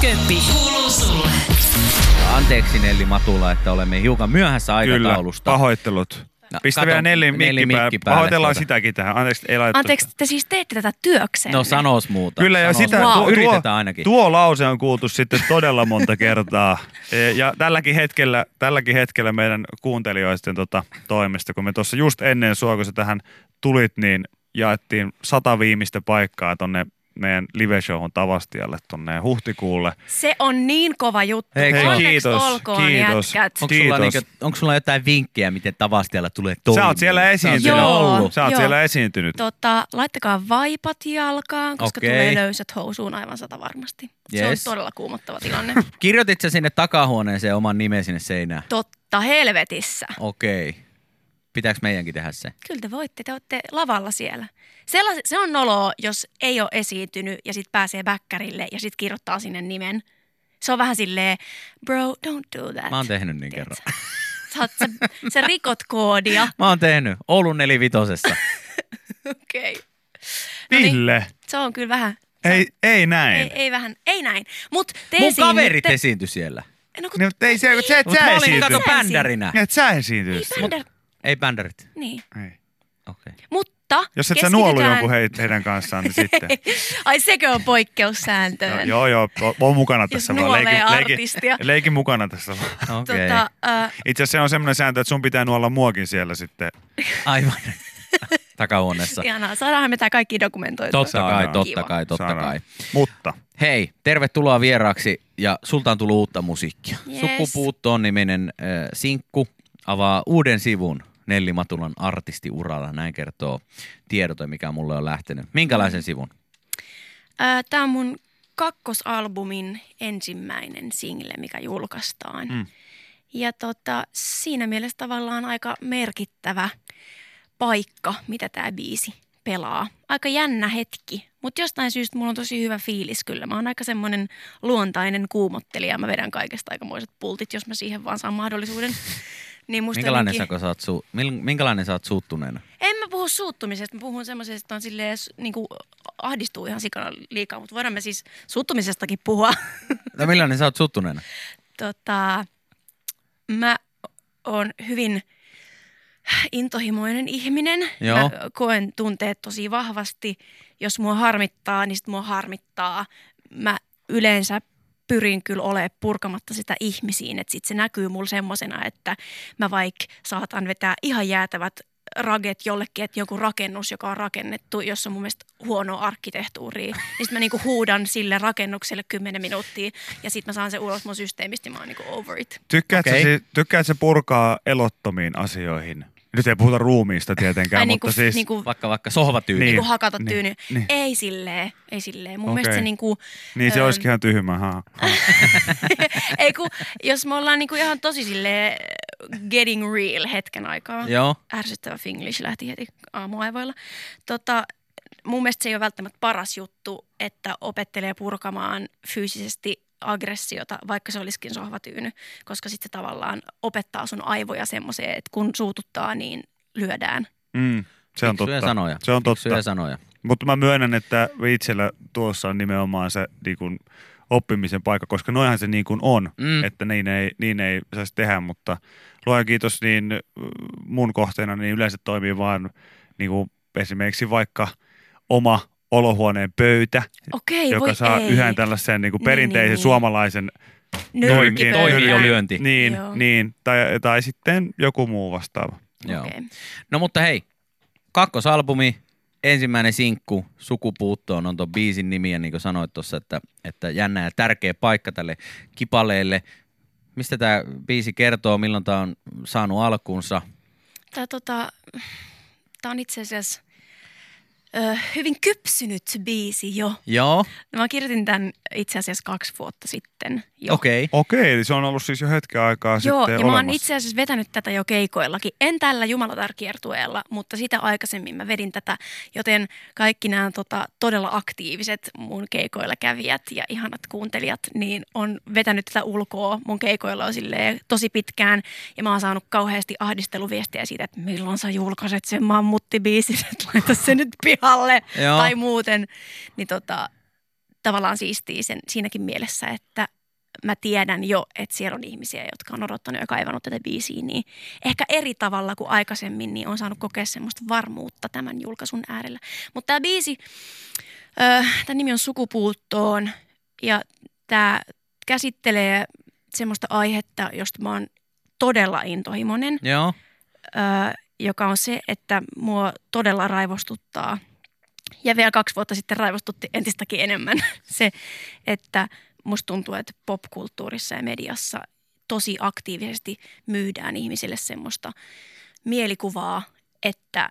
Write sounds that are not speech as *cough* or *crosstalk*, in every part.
Köppi, kuuluu sulle. Anteeksi Nelli Matula, että olemme hiukan myöhässä Kyllä, aikataulusta. pahoittelut. No, Pistä kato, vielä Nelli Nelli mikki päälle. mikki päälle Pahoitellaan tuota. sitäkin tähän. Anteeksi, ei laitettu. Anteeksi, te siis teette tätä työkseen. No sanos muuta. Kyllä, ja sanos sitä muuta. Wow. tuo, yritetään tuo, ainakin. Tuo lause on kuultu sitten todella monta *laughs* kertaa. E, Ja tälläkin hetkellä, tälläkin hetkellä meidän kuuntelijoisten tota, toimesta, kun me tuossa just ennen sua, kun sä tähän tulit, niin jaettiin sata viimeistä paikkaa tonne meidän live-showhun Tavastialle tonne huhtikuulle. Se on niin kova juttu. Eikö Hei, se ole? Onneksi kiitos, olkoon, kiitos. jätkät. Onko sulla, Kiitos. niinku, onko sulla jotain vinkkejä, miten Tavastialla tulee toimia? Sä oot siellä esiintynyt. Sä oot siellä Joo. ollut. Sä oot Joo. siellä esiintynyt. Tota, laittakaa vaipat jalkaan, koska Okei. tulee löysät housuun aivan sata varmasti. Yes. Se on todella kuumottava *laughs* tilanne. Kirjoitit sä sinne takahuoneeseen oman nimen sinne seinään? Totta helvetissä. Okei. Pitääkö meidänkin tehdä se? Kyllä te voitte, te olette lavalla siellä. Sellais, se on noloa, jos ei ole esiintynyt ja sitten pääsee bäkkärille ja sitten kirjoittaa sinne nimen. Se on vähän silleen, bro, don't do that. Mä oon tehnyt niin Tiedätkö? kerran. Sä, oot, sä, sä rikot *laughs* koodia. Mä oon tehnyt Oulun nelivitosessa. Okei. Okay. Ville, Se on kyllä vähän. se on- ei, ei näin. niin. Ei, ei vähän, ei näin. Mut te Mun esiinnytte- kaverit esiintyi siellä. No kun, Niin, mutta ei se, kun sä et Mut sä mä olin kato esiintynyt. Sä bändärinä. Niin, et sä esiintynyt. ei bändä, Ei bändärit. niin. Ei. Okei. Mutta Jos et sä nuollut keskitytään- jonkun heit, heidän kanssaan, niin *laughs* sitten. Ai sekö on poikkeussääntöön? No Joo, joo, joo, o- oon mukana Jos tässä vaan. nuolee leikin, artistia. leikin mukana tässä vaan. Okei. Tota, äh, Itse asiassa se on semmoinen sääntö, että sun pitää nuolla muakin siellä sitten. Aivan. *laughs* Takahuoneessa. ihanaa, saadaanhan me tää kaikki dokumentoitua. Totta kai, Saadaan. totta kai, totta Saadaan. kai. Mutta Hei, tervetuloa vieraaksi ja sulta on tullut uutta musiikkia. Yes. Sukupuuttoon niminen äh, sinkku avaa uuden sivun Nelli Matulan artistiuralla, näin kertoo tiedote, mikä mulle on lähtenyt. Minkälaisen sivun? Ää, Tämä on mun kakkosalbumin ensimmäinen single, mikä julkaistaan. Mm. Mm. Ja tota, siinä mielessä tavallaan aika merkittävä paikka, mitä tämä biisi pelaa. Aika jännä hetki, mutta jostain syystä mulla on tosi hyvä fiilis kyllä. Mä oon aika semmoinen luontainen kuumottelija. Mä vedän kaikesta aikamoiset pultit, jos mä siihen vaan saan mahdollisuuden. *laughs* Niin musta Minkälainen jotenkin- sä, sä, oot su- mil- minkälainen sä oot suuttuneena? en mä puhu suuttumisesta, mä puhun semmoisesta, että on silleen, niin kuin, ahdistuu ihan sikana liikaa, mutta voidaan me siis suuttumisestakin puhua. *laughs* No millainen sä oot suuttuneena? tota, mä oon hyvin intohimoinen ihminen. Joo. Mä koen tunteet tosi vahvasti. Jos mua harmittaa, niin sit mua harmittaa. Mä yleensä pyrin kyllä olemaan purkamatta sitä ihmisiin. Että sit se näkyy mulla semmosena, että mä vaikka saatan vetää ihan jäätävät raget jollekin, että joku rakennus, joka on rakennettu, jossa on mun mielestä huonoa arkkitehtuuria. Niin sit mä niinku huudan sille rakennukselle 10 minuuttia ja sit mä saan se ulos mun systeemistä ja mä oon niinku over it. tykkäät, okay. Okei. sä, siis- tykkäät sä purkaa elottomiin asioihin? Nyt ei puhuta ruumiista tietenkään, Ai mutta niinku, siis... niinku, Vaikka vaikka sohvatyyli. Niin. niinku hakata Niin, tyyny. niin. Ei silleen, ei silleen. Mun Okei. mielestä se niinku, Niin se Öö, olisikin ihan tyhmä. Ha. ha. ei kun, jos me ollaan niinku ihan tosi silleen eh, getting real hetken aikaa. Joo. ärsyttävä Finglish lähti heti aamuaivoilla. Tota, mun mielestä se ei ole välttämättä paras juttu, että opettelee purkamaan fyysisesti aggressiota, vaikka se olisikin sohvatyyny, koska sitten se tavallaan opettaa sun aivoja semmoiseen, että kun suututtaa, niin lyödään. Mm, se on Fiksuja totta. sanoja. Se on totta. Fiksuja sanoja. Mutta mä myönnän, että itsellä tuossa on nimenomaan se niin kun, oppimisen paikka, koska noihan se niin kuin on, Mm. mm. että niin ei, niin ei saisi tehdä, mutta luojan kiitos, niin äh, mun kohteena niin yleensä toimii vaan niin kuin esimerkiksi vaikka oma olohuoneen pöytä, Okei, Ei, joka voi saa ei. yhden tällaisen niin kuin Niin, perinteisen niin, niin. suomalaisen, Nyrkkipöytään. Toimii Toimii jo lyönti. niin, Joo. niin tai, tai sitten joku muu vastaava. Joo. Okei. No mutta hei, kakkosalbumi, ensimmäinen sinkku, Sukupuuttoon on ton biisin nimi ja niin kuin sanoit tuossa, että, että jännä ja tärkeä paikka tälle kipaleelle. Mistä tämä biisi kertoo, milloin tämä on saanut alkunsa? Tämä tota, tää on itse asiassa ö, hyvin kypsynyt biisi jo. Joo, Mä kirjoitin tämän itse asiassa kaksi vuotta sitten jo. okei. Okay. Okei, eli se on ollut siis jo hetken aikaa Joo, sitten ja mä olemassa. oon itse asiassa vetänyt tätä jo keikoillakin. En tällä Jumalatar-kiertueella, mutta sitä aikaisemmin mä vedin tätä, joten kaikki nämä tota, todella aktiiviset mun keikoilla kävijät ja ihanat kuuntelijat, niin on vetänyt tätä ulkoa mun keikoilla on silleen tosi pitkään. Ja mä oon saanut kauheasti ahdisteluviestejä siitä, että milloin sä julkaiset sen mammuttibiisin, että laita se nyt pihalle Joo. tai muuten. Niin tota, tavallaan siistiä sen, siinäkin mielessä, että mä tiedän jo, että siellä on ihmisiä, jotka on odottanut ja kaivannut tätä biisiä, niin ehkä eri tavalla kuin aikaisemmin, niin on saanut kokea semmoista varmuutta tämän julkaisun äärellä. Mutta tämä biisi, äh, tämän nimi on Sukupuuttoon ja tämä käsittelee semmoista aihetta, josta mä oon todella intohimoinen Joo. ö, joka on se, että mua todella raivostuttaa. Ja vielä kaksi vuotta sitten raivostutti entistäkin enemmän *laughs* se, että musta tuntuu, että popkulttuurissa ja mediassa tosi aktiivisesti myydään ihmisille semmoista mielikuvaa, että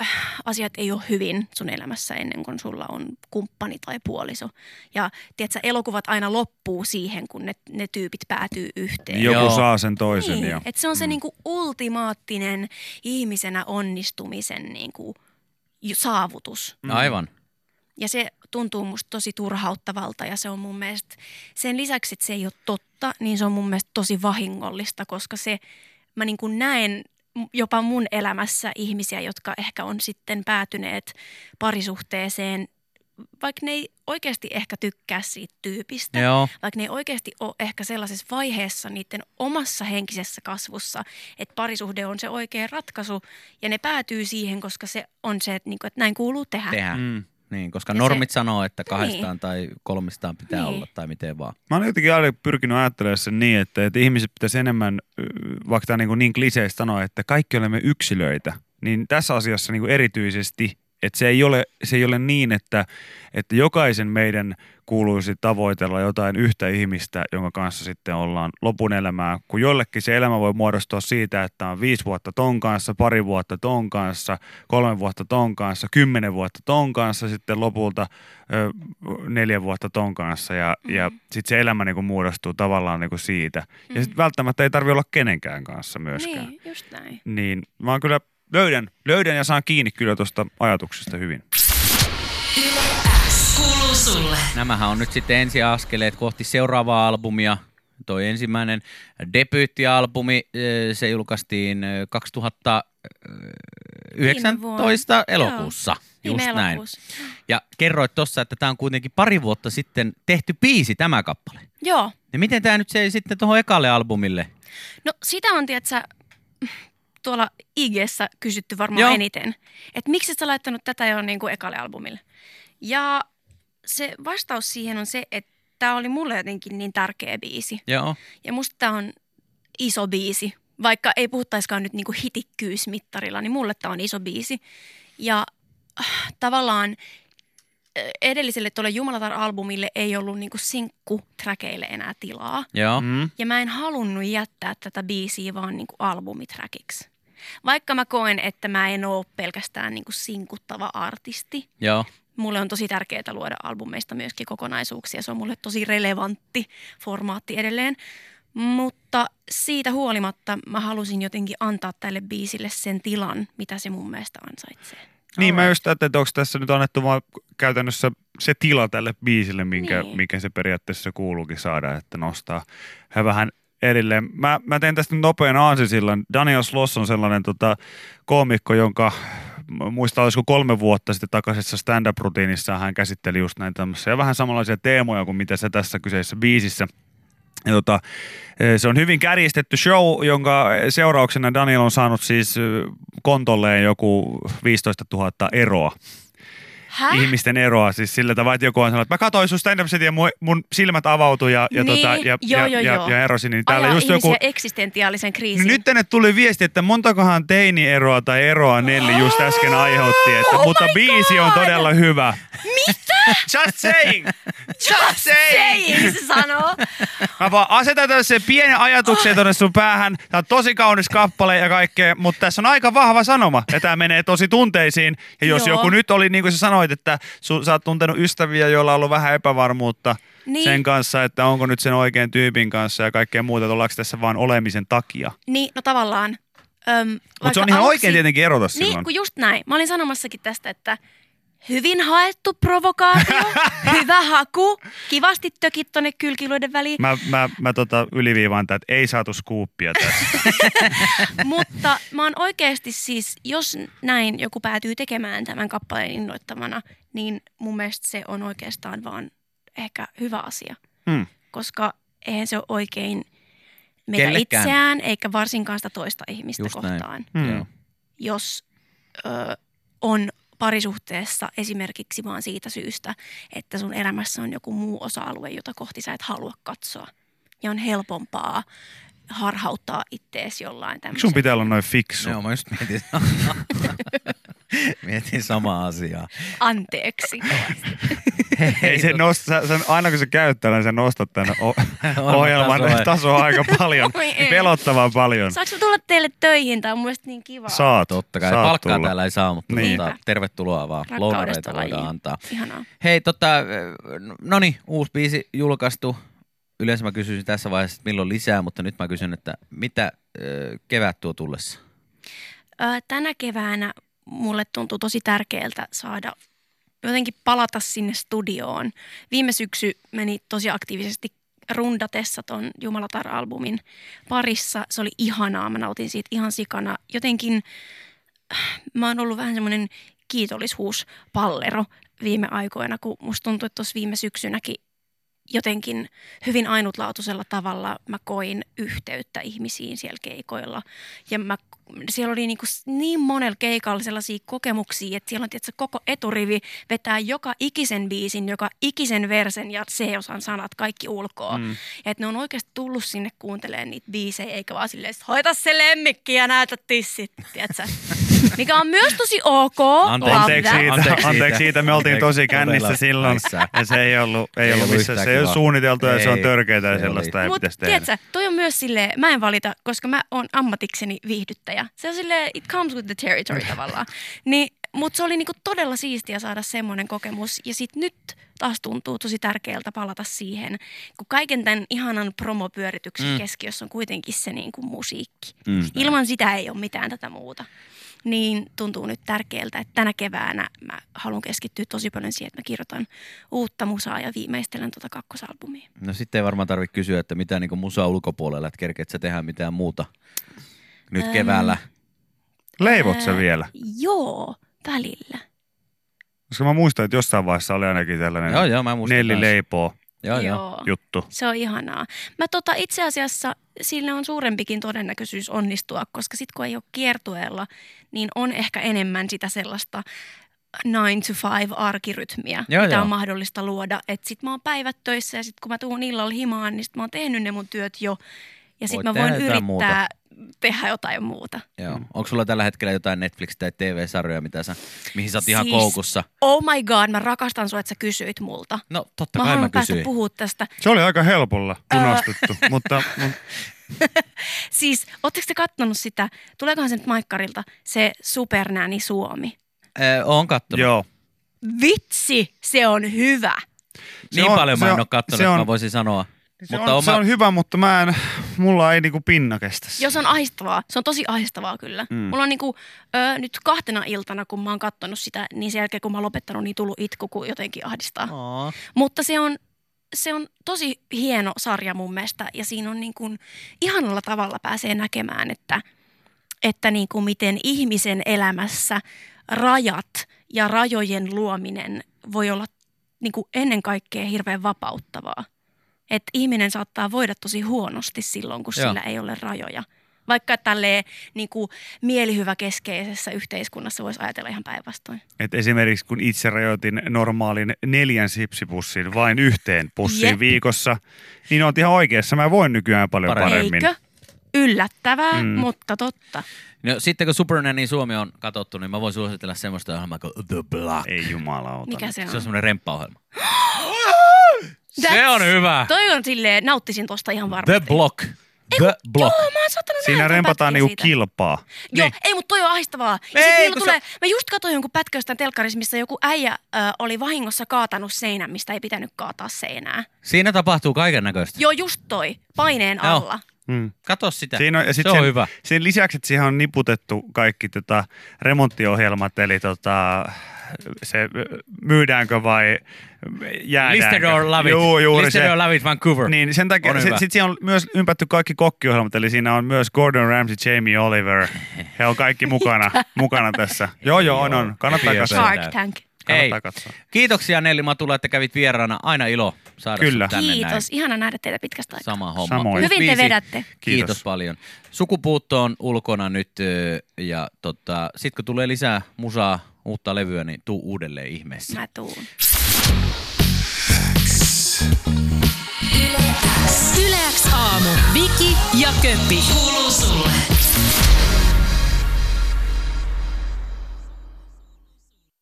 äh, asiat ei ole hyvin sun elämässä ennen kuin sulla on kumppani tai puoliso. Ja tiedätkö, elokuvat aina loppuu siihen, kun ne, ne tyypit päätyy yhteen. Joku Joo. saa sen toisen. Niin, ja, Mm. että se on se niinku ultimaattinen ihmisenä onnistumisen niinku ju- saavutus. Aivan. Ja se tuntuu musta tosi turhauttavalta ja se on mun mielestä, sen lisäksi, että se ei ole totta, niin se on mun mielestä tosi vahingollista, koska se, mä niinku näen m- jopa mun elämässä ihmisiä, jotka ehkä on sitten päätyneet parisuhteeseen, vaikka ne ei oikeasti ehkä tykkää siitä tyypistä, Joo. vaikka ne ei oikeasti ole ehkä sellaisessa vaiheessa niiden omassa henkisessä kasvussa, että parisuhde on se oikea ratkaisu ja ne päätyy siihen, koska se on se, että, niinku, että näin kuuluu tehdä. Tehdä. Mm. Niin, koska Ja normit se- sanoo, että Niin. kahdestaan tai kolmistaan pitää Niin. olla tai miten vaan. Mä oon jotenkin aina pyrkinyt ajattelemaan sen niin, että, että ihmiset pitäisi enemmän, ö, vaikka tämä niin, niin kliseistä sanoa, että kaikki olemme yksilöitä, niin tässä asiassa niin erityisesti, että se ei ole, se ei ole niin, että, että jokaisen meidän kuuluisi tavoitella jotain yhtä ihmistä, jonka kanssa sitten ollaan lopun elämää. Kun jollekin se elämä voi muodostua siitä, että on viisi vuotta ton kanssa, pari vuotta ton kanssa, kolme vuotta ton kanssa, kymmenen vuotta ton kanssa, sitten lopulta ö, neljä vuotta ton kanssa ja, mm-hmm. ja sitten se elämä niinku muodostuu tavallaan niinku siitä. Mm-hmm. Ja sitten välttämättä ei tarvi olla kenenkään kanssa myöskään. Niin, Niin, just näin. niin mä oon kyllä löydän, löydän ja saan kiinni kyllä tuosta ajatuksesta hyvin. Yle X kuuluu sulle. Nämähän on nyt sitten ensiaskeleet kohti seuraavaa albumia. Toi ensimmäinen debyyttialbumi, eh, se julkaistiin eh, 2019 Viime vuonna. elokuussa. Viime Just näin. elokuussa. Ja kerroit tuossa, että tämä on kuitenkin pari vuotta sitten tehty biisi, tämä kappale. Joo. Niin miten tämä nyt se sitten tuohon ekalle albumille? No sitä on, tiedätkö, tuolla IGssä kysytty varmaan Joo. Joo. eniten. Että miksi sä laittanut tätä jo niin kuin ekalle albumille? Ja se vastaus siihen on se, että tämä oli mulle jotenkin niin tärkeä biisi. Joo. Ja musta tää on iso biisi. Vaikka ei puhuttaiskaan nyt niinku hitikkyysmittarilla, niin mulle tämä on iso biisi. Ja äh, tavallaan äh, edelliselle tuolle Jumalatar-albumille ei ollut niinku sinkkutrakeille enää tilaa. Joo. Mm. Mm. Ja mä en halunnut jättää tätä biisiä vaan niinku albumitrackiksi. Vaikka mä koen, että mä en ole pelkästään niinku sinkuttava artisti, Joo. mulle on tosi tärkeää luoda albumeista myöskin kokonaisuuksia. Se on mulle tosi relevantti formaatti edelleen. Mutta siitä huolimatta mä halusin jotenkin antaa tälle biisille sen tilan, mitä se mun mielestä ansaitsee. Niin mä just ajattelin, että onko tässä nyt annettu vaan käytännössä se tila tälle biisille, minkä, niin. Niin. mikä se periaatteessa kuuluukin saada, että nostaa hän vähän erilleen. Mä, mä teen tästä nyt nopean aansisillan. Daniel Sloss on sellainen tota, koomikko, jonka mä muistan olisiko kolme vuotta sitten takaisessa stand-up-rutiinissa hän käsitteli just näitä tämmöisiä vähän samanlaisia teemoja kuin mitä se tässä kyseisessä biisissä. Ja tota, se on hyvin kärjistetty show, jonka seurauksena Daniel on saanut siis ö, kontolleen joku 15 000 eroa Häh? ihmisten eroa. Siis sillä tavalla, että joku on sanonut, että mä katsoin sun stand ja mun, mun silmät avautui ja, ja, Niin, tota, ja, joo, ja, joo, ja, joo. ja erosin. Niin täällä Ajaa just joku, ihmisiä eksistentiaalisen kriisin. niin nyt tänne tuli viesti, että montakohan teinieroa tai eroa Nelli just äsken aiheutti, että, Oh mutta my biisi on God! todella hyvä. *laughs* Mitä? Just saying! Just saying! Ei, se sanoo. Mä vaan asetan tässä pienen ajatuksen tuonne sun päähän. Tää on tosi kaunis kappale ja kaikkea, mutta tässä on aika vahva sanoma. Ja tää menee tosi tunteisiin. Ja jos Joo. joku nyt oli, niin kuin sä sanoit, että su, sä oot tuntenut ystäviä, joilla on ollut vähän epävarmuutta Niin. sen kanssa, että onko nyt sen oikean tyypin kanssa ja kaikkea muuta, että ollaanko tässä vaan olemisen takia. Niin, no tavallaan. Mutta se on ihan oikein tietenkin erota silloin. Niin, kun just näin. Mä olin sanomassakin tästä, että hyvin haettu *laughs* provokaatio, hyvä haku, kivasti tökit tonne kylkiluiden väliin, Mä, mä, mä tota yliviivaan tätä, että ei saatu skuuppia tässä. mutta mä oon oikeasti siis, jos näin joku päätyy tekemään tämän kappaleen innoittamana, niin mun mielestä se on oikeastaan vaan ehkä hyvä asia, Mm. koska eihän se ole oikein meitä Kellekään. itseään eikä varsinkaan sitä toista ihmistä Just näin. kohtaan. Mm. Joo. jos ö, on parisuhteessa esimerkiksi vaan siitä syystä, että sun elämässä on joku muu osa-alue, jota kohti sä et halua katsoa. Ja on helpompaa harhauttaa ittees jollain Miksi sun tämmöisen. pitää olla noin fiksu? Joo, mä just mietin, *laughs* mietin samaa asiaa. Anteeksi. Ei se nosta, sä- sä, aina kun sä käyt tällä, niin sä nostat tämän *laughs* o- ohjelman tasoa. tasoa, aika paljon. *laughs* Oi ei. Pelottavan paljon. Saanko mä tulla teille töihin? Tämä on mun mielestä niin kiva. Saat. Totta kai, saat palkkaa tulla. täällä ei saa, mutta Niin. tota, tervetuloa vaan. Rakkaudesta Lounareita voidaan lajiin. antaa. Ihanaa. Hei, tota, eh, no niin, uusi biisi julkaistu. Yleensä mä kysyisin tässä vaiheessa, että milloin lisää, mutta nyt mä kysyn, että mitä eh, kevät tuo tullessa? Ö, tänä keväänä mulle tuntuu tosi tärkeältä saada jotenkin palata sinne studioon. Viime syksy meni tosi aktiivisesti rundatessa ton Jumalatar-albumin parissa. Se oli ihanaa, mä nautin siitä ihan sikana. Jotenkin äh, mä oon ollut vähän semmoinen kiitollisuuspallero viime aikoina, kun musta tuntuu, että tuossa viime syksynäkin jotenkin hyvin ainutlaatuisella tavalla mä koin yhteyttä ihmisiin siellä keikoilla. Ja mä, siellä oli niin, kuin niin monella keikalla sellaisia kokemuksia, että siellä on tietysti koko eturivi vetää joka ikisen biisin, joka ikisen versen ja C-osan sanat kaikki ulkoa. Mm. Ja että ne on oikeasti tullut sinne kuuntelemaan niitä biisejä, eikä vaan silleen, että hoita se lemmikki ja näytä tissit, tiedätkö? Mikä on myös tosi ok. Anteeksi love Anteeksi that. siitä, Anteeksi anteeksi, siitä. siitä. me oltiin tosi Anteeksi, kännissä todella silloin. missään. Ja se ei ollut, ei Ei ollut ollut missään. yhtään Se ei ole kivaa. suunniteltu ja se on Ei, törkeää ja se sellaista ei Mutta pitäisi tehdä. tiedätkö, toi on myös silleen, mä en valita, koska mä oon ammatikseni viihdyttäjä. Se on silleen, it comes with the territory tavallaan. Niin, Mutta se oli niinku todella siistiä saada semmoinen kokemus. Ja sitten nyt taas tuntuu tosi tärkeältä palata siihen, kun kaiken tämän ihanan promopyörityksen Mm. mm. keskiössä on kuitenkin se niinku musiikki. Mm. Ilman sitä ei ole mitään tätä muuta. Niin tuntuu nyt tärkeältä, että tänä keväänä mä haluan keskittyä tosi paljon siihen, että mä kirjoitan uutta musaa ja viimeistelen tuota kakkosalbumia. No sitten ei varmaan tarvitse kysyä, että mitä niin musa ulkopuolella, että kerkeet sä tehdä mitään muuta nyt Öm, keväällä. Leivot sä Ää, vielä? Joo, välillä. Koska mä muistan, että jossain vaiheessa oli ainakin tällainen Joo, joo, mä muistan. neli kanssa. leipoo Joo, joo. juttu. Se on ihanaa. Mä tota, itse asiassa sillä on suurempikin todennäköisyys onnistua, koska sit kun ei ole kiertueella, niin on ehkä enemmän sitä sellaista 9 to 5 arkirytmiä, Joo, mitä joo. on mahdollista luoda. Et sit mä oon päivät töissä ja sit kun mä tuun illalla himaan, niin sit mä oon tehnyt ne mun työt jo. Ja sit Voit mä voin tehdä jotain yrittää tehdä jotain muuta. joo. Onko sulla tällä hetkellä jotain Netflix- tai TV-sarjoja, mitä sä, mihin sä oot ihan Siis- koukussa? Oh my god, mä rakastan sua, että sä kysyit multa. No totta Mä kai mä haluan päästä kysyin. puhua tästä. Se oli aika helpolla lunastettu, mutta mut- Siis, ootteko te kattonut sitä, tuleekohan se nyt Maikkarilta, se Supernäni Suomi? Öö, oon kattonut. *laughs* joo. Vitsi, se on hyvä. Se Niin on- paljon mä se en on- ole kattonut, se että on- mä voisin sanoa. Se, Mutta on, on se mä- on hyvä, mutta mä en, mulla ei niinku pinna kestä. sitä. Joo, se on aistavaa. Se on tosi aistavaa kyllä. Mm. Mulla on niinku, ö, nyt kahtena iltana, kun mä oon kattonut sitä, niin sen jälkeen kun mä oon lopettanut, niin tullut itku, kun jotenkin ahdistaa. No. Aa. Mutta se on, se on tosi hieno sarja mun mielestä ja siinä on niin kuin, ihanalla tavalla pääsee näkemään, että, että niin kuin miten ihmisen elämässä rajat ja rajojen luominen voi olla niin kuin ennen kaikkea hirveän vapauttavaa. Että ihminen saattaa voida tosi huonosti silloin, kun Joo. sillä ei ole rajoja. Vaikka tälleen niin kuin mielihyväkeskeisessä yhteiskunnassa voisi ajatella ihan päinvastoin. Et esimerkiksi kun itse rajoitin normaalin neljän sipsipussin vain yhteen pussiin Jep. viikossa, niin oot ihan oikeassa. Mä voin nykyään paljon Paremmin. paremmin. Eikö? Yllättävää, Mm. mm. mutta totta. No sitten kun Supernanny Suomi on katsottu, niin mä voin suositella semmoista ohjelmaa kuin The Block. Ei jumalauta. Mikä se on? Se on semmoinen remppaohjelma. *gasps* That's- Se on hyvä. Toi on silleen, nauttisin tosta ihan varmasti. The Block. The Block. Joo, mä oon saattanut Siinä nähdä jotain rempataan pätkiä niinku siitä. kilpaa. Joo, Niin. niin. ei, mutta toi on aistavaa. Ja Ei, sit niillä kun tulee, mä just katsoin jonkun pätköstä telkkarissa, missä joku äijä ö, oli vahingossa kaatanut seinän, mistä ei pitänyt kaataa seinää. Siinä tapahtuu kaiken näköistä. Joo, just toi, paineen Joo. alla. Mm. Kato sitä. Siinä on, ja sit se on sen, hyvä. Sen lisäksi, että siihen on niputettu kaikki tota, remonttiohjelmat, eli tota, se myydäänkö vai jäädäänkö. Listed or Love It. Juu, juuri Listed se. or Love It Vancouver. Niin, sen takia On sit, hyvä. sit siinä on myös ympätty kaikki kokkiohjelmat, eli siinä on myös Gordon Ramsay, Jamie Oliver. He on kaikki mukana, mukana tässä. Joo, joo, on, on. Kannattaa Ei oo. katsoa. Shark Tank. Hei. Kannattaa katsoa. Kiitoksia Nelli Matula, että kävit vieraana. Aina ilo saada Kyllä. sut tänne Kiitos. näin. Ihana nähdä teitä pitkästä aikaa. Sama homma. Samoin. Uusi Hyvin te biisi. vedätte. Kiitos. Kiitos Kiitos paljon. Sukupuutto on ulkona nyt ö, ja tota, sit kun tulee lisää musaa, uutta levyä, niin tuu uudelleen ihmeessä. Mä tuun. Yle X. Yle X aamu. Viki ja Köppi. Kuuluu sulle.